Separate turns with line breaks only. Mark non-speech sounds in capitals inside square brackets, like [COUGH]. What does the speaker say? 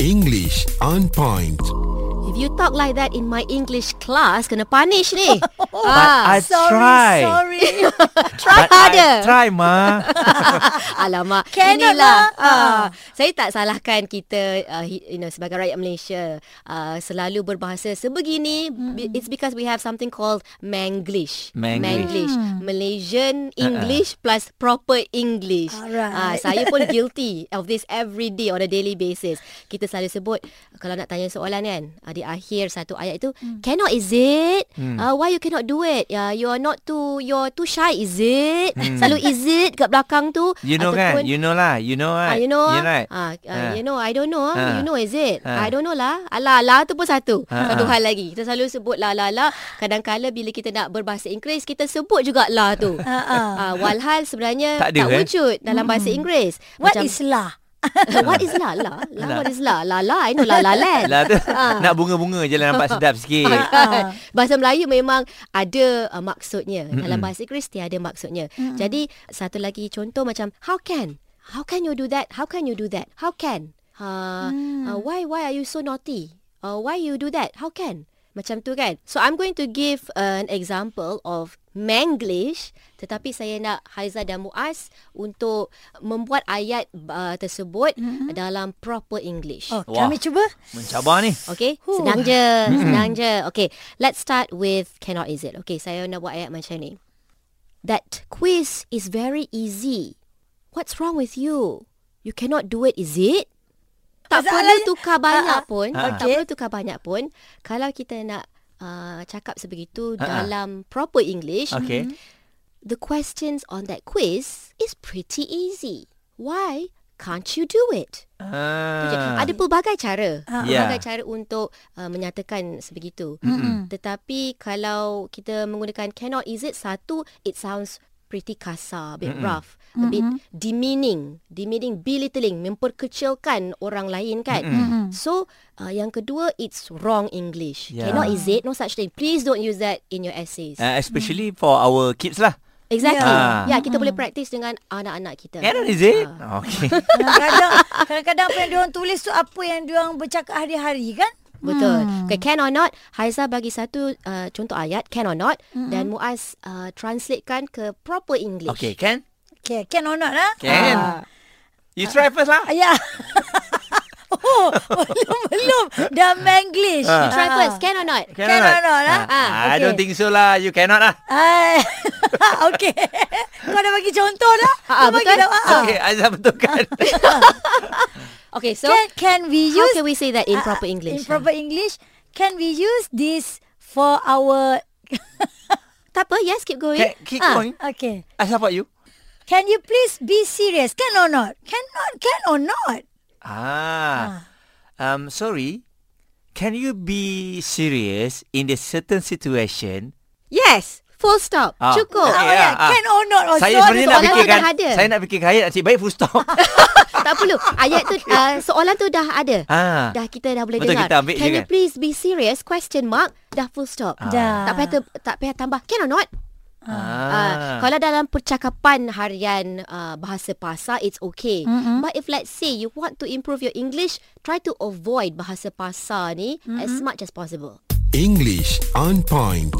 English on point.
If you talk like that in my English class, kena punish ni. ah,
I sorry, try.
[LAUGHS] Sorry,
try
But
harder.
I try,
[LAUGHS]
Ma.
Alamak,
Cannot
inilah.
lah.
Ah, saya tak salahkan kita uh, hi- you know sebagai rakyat Malaysia uh, selalu berbahasa sebegini.
Hmm.
Be- It's because we have something called Manglish.
Manglish.
Manglish.
Hmm.
Malaysian English plus proper English.
Alright.
Ah, saya
[LAUGHS]
pun guilty of this every day on a daily basis. Kita selalu sebut kalau nak tanya soalan kan, ah, di akhir satu ayat itu
Hmm.
cannot is it? Ah, why you cannot do it? Yeah, you are not too you're too shy is it? Selalu is it kat belakang tu
You know kan? You know lah. You know
Ah,
right?
you know
You right?
ah, ah,
Ah.
you know I don't know
Ah.
ah. you know is it
Ah.
I don't know lah ala ala tu pun satu
Ah,
satu
ah.
hal lagi kita selalu sebut la la la kadang-kala bila kita nak berbahasa Inggeris kita sebut juga la tu ah,
Ah,
walhal sebenarnya
Tak ada,
tak
eh?
wujud dalam bahasa Inggeris Ah. Lah.
What is [LAUGHS] lah?
what is la la, la what is la la la I know la la land [LAUGHS]
Lah tu nak bunga-bunga je lah nampak sedap sikit.
Ah. bahasa Melayu memang ada uh, maksudnya. Mm-hmm. Dalam bahasa Inggeris tiada maksudnya. Mm-hmm. Jadi satu lagi contoh macam how can? How can you do that? How can you do that? How can? Uh, mm. uh, why why are you so naughty? Uh, why you do that? How can? Macam tu kan. So I'm going to give an example of Manglish tetapi saya nak Haiza dan Muaz untuk membuat ayat uh, tersebut mm-hmm. dalam proper English.
Oh,
Wah.
kami cuba.
Mencabar ni.
Okay, senang je, senang je. Okay, let's start with cannot is it. Okay, saya nak buat ayat macam ni. That quiz is very easy. What's wrong with you? You cannot do it, is it? Tak perlu
Masalahnya-
tukar banyak
Ah, ah.
pun.
Ah, ah.
Tak perlu tukar banyak pun. Kalau kita nak uh, cakap sebegitu
Ah, ah.
dalam proper English,
Okay.
the questions on that quiz is pretty easy. Why can't you do it? Itu je. Hmm.
Ah. Ya.
Ada pelbagai cara.
Ah.
Pelbagai cara untuk uh, menyatakan sebegitu. Mm-hmm. Tetapi kalau kita menggunakan cannot is it satu it sounds pretty kasar, a bit mm-hmm. rough, a bit demeaning, demeaning belittling, memperkecilkan orang lain kan. Mm-hmm. So uh, yang kedua it's wrong English.
Yeah.
Cannot is it no such thing. Please don't use that in your essays.
Uh,
Hmm.
especially for our kids lah.
exactly.
Yeah.
Ya, kita boleh practice dengan anak-anak kita.
Ah. Cannot is it?
Ah. [LAUGHS]
Okay.
[LAUGHS] Kadang-kadang, kadang-kadang apa yang diorang tulis tu apa yang diorang bercakap hari-hari kan?
Betul. Hmm. Okay, can or not, Haiza bagi satu uh, contoh ayat, can or not, hmm. dan Muaz uh, translatekan ke proper English.
Okay, can?
Okay, can or not lah?
Can. You
Ah.
try first lah.
Ya. [LAUGHS] oh, belum, belum. Dah Manglish.
You
Ah.
try first, can or not?
Can or not, lah?
Ah,
Ah,
I don't
okay.
think so lah. You cannot lah.
Ah, [LAUGHS] okay. Kau dah bagi contoh dah.
Ah,
Kau bagi
betul.
dah. ah, ah.
Okay, kan? Azhar
[LAUGHS]
betulkan.
Okay, so
Can, can we
how
use
can we say that in proper English?
ah, in proper English? Can we use this for our
Tak apa, yes, keep going.
Can- keep
Ah,
going.
okay?
I support you.
Can you please be serious? Can or not? Can not? Can or not?
Ah. Um, sorry. Can you be serious in a certain situation?
Yes, full stop.
Ah.
Cukup.
Ah,
Okay,
oh, yeah.
ah, ah.
Can or not? Oh,
saya
soalan
sebenarnya nak
soalan tu
fikirkan
dah ada.
saya nak fikir ayat nasib baik full stop.
tak perlu. Ayat tu, uh, soalan tu dah ada.
ah.
Dah kita dah boleh
Betul,
dengar.
kita ambil je
Can you
kan?
please be serious? Question mark. Dah full stop.
Dah.
Tak payah ter- tak payah tambah. Can or not?
Ah.
Uh, kalau dalam percakapan harian uh, bahasa pasar it's okay. Mm-hmm. But if let's say you want to improve your English, try to avoid bahasa pasar ni mm-hmm. as much as possible.
English on point.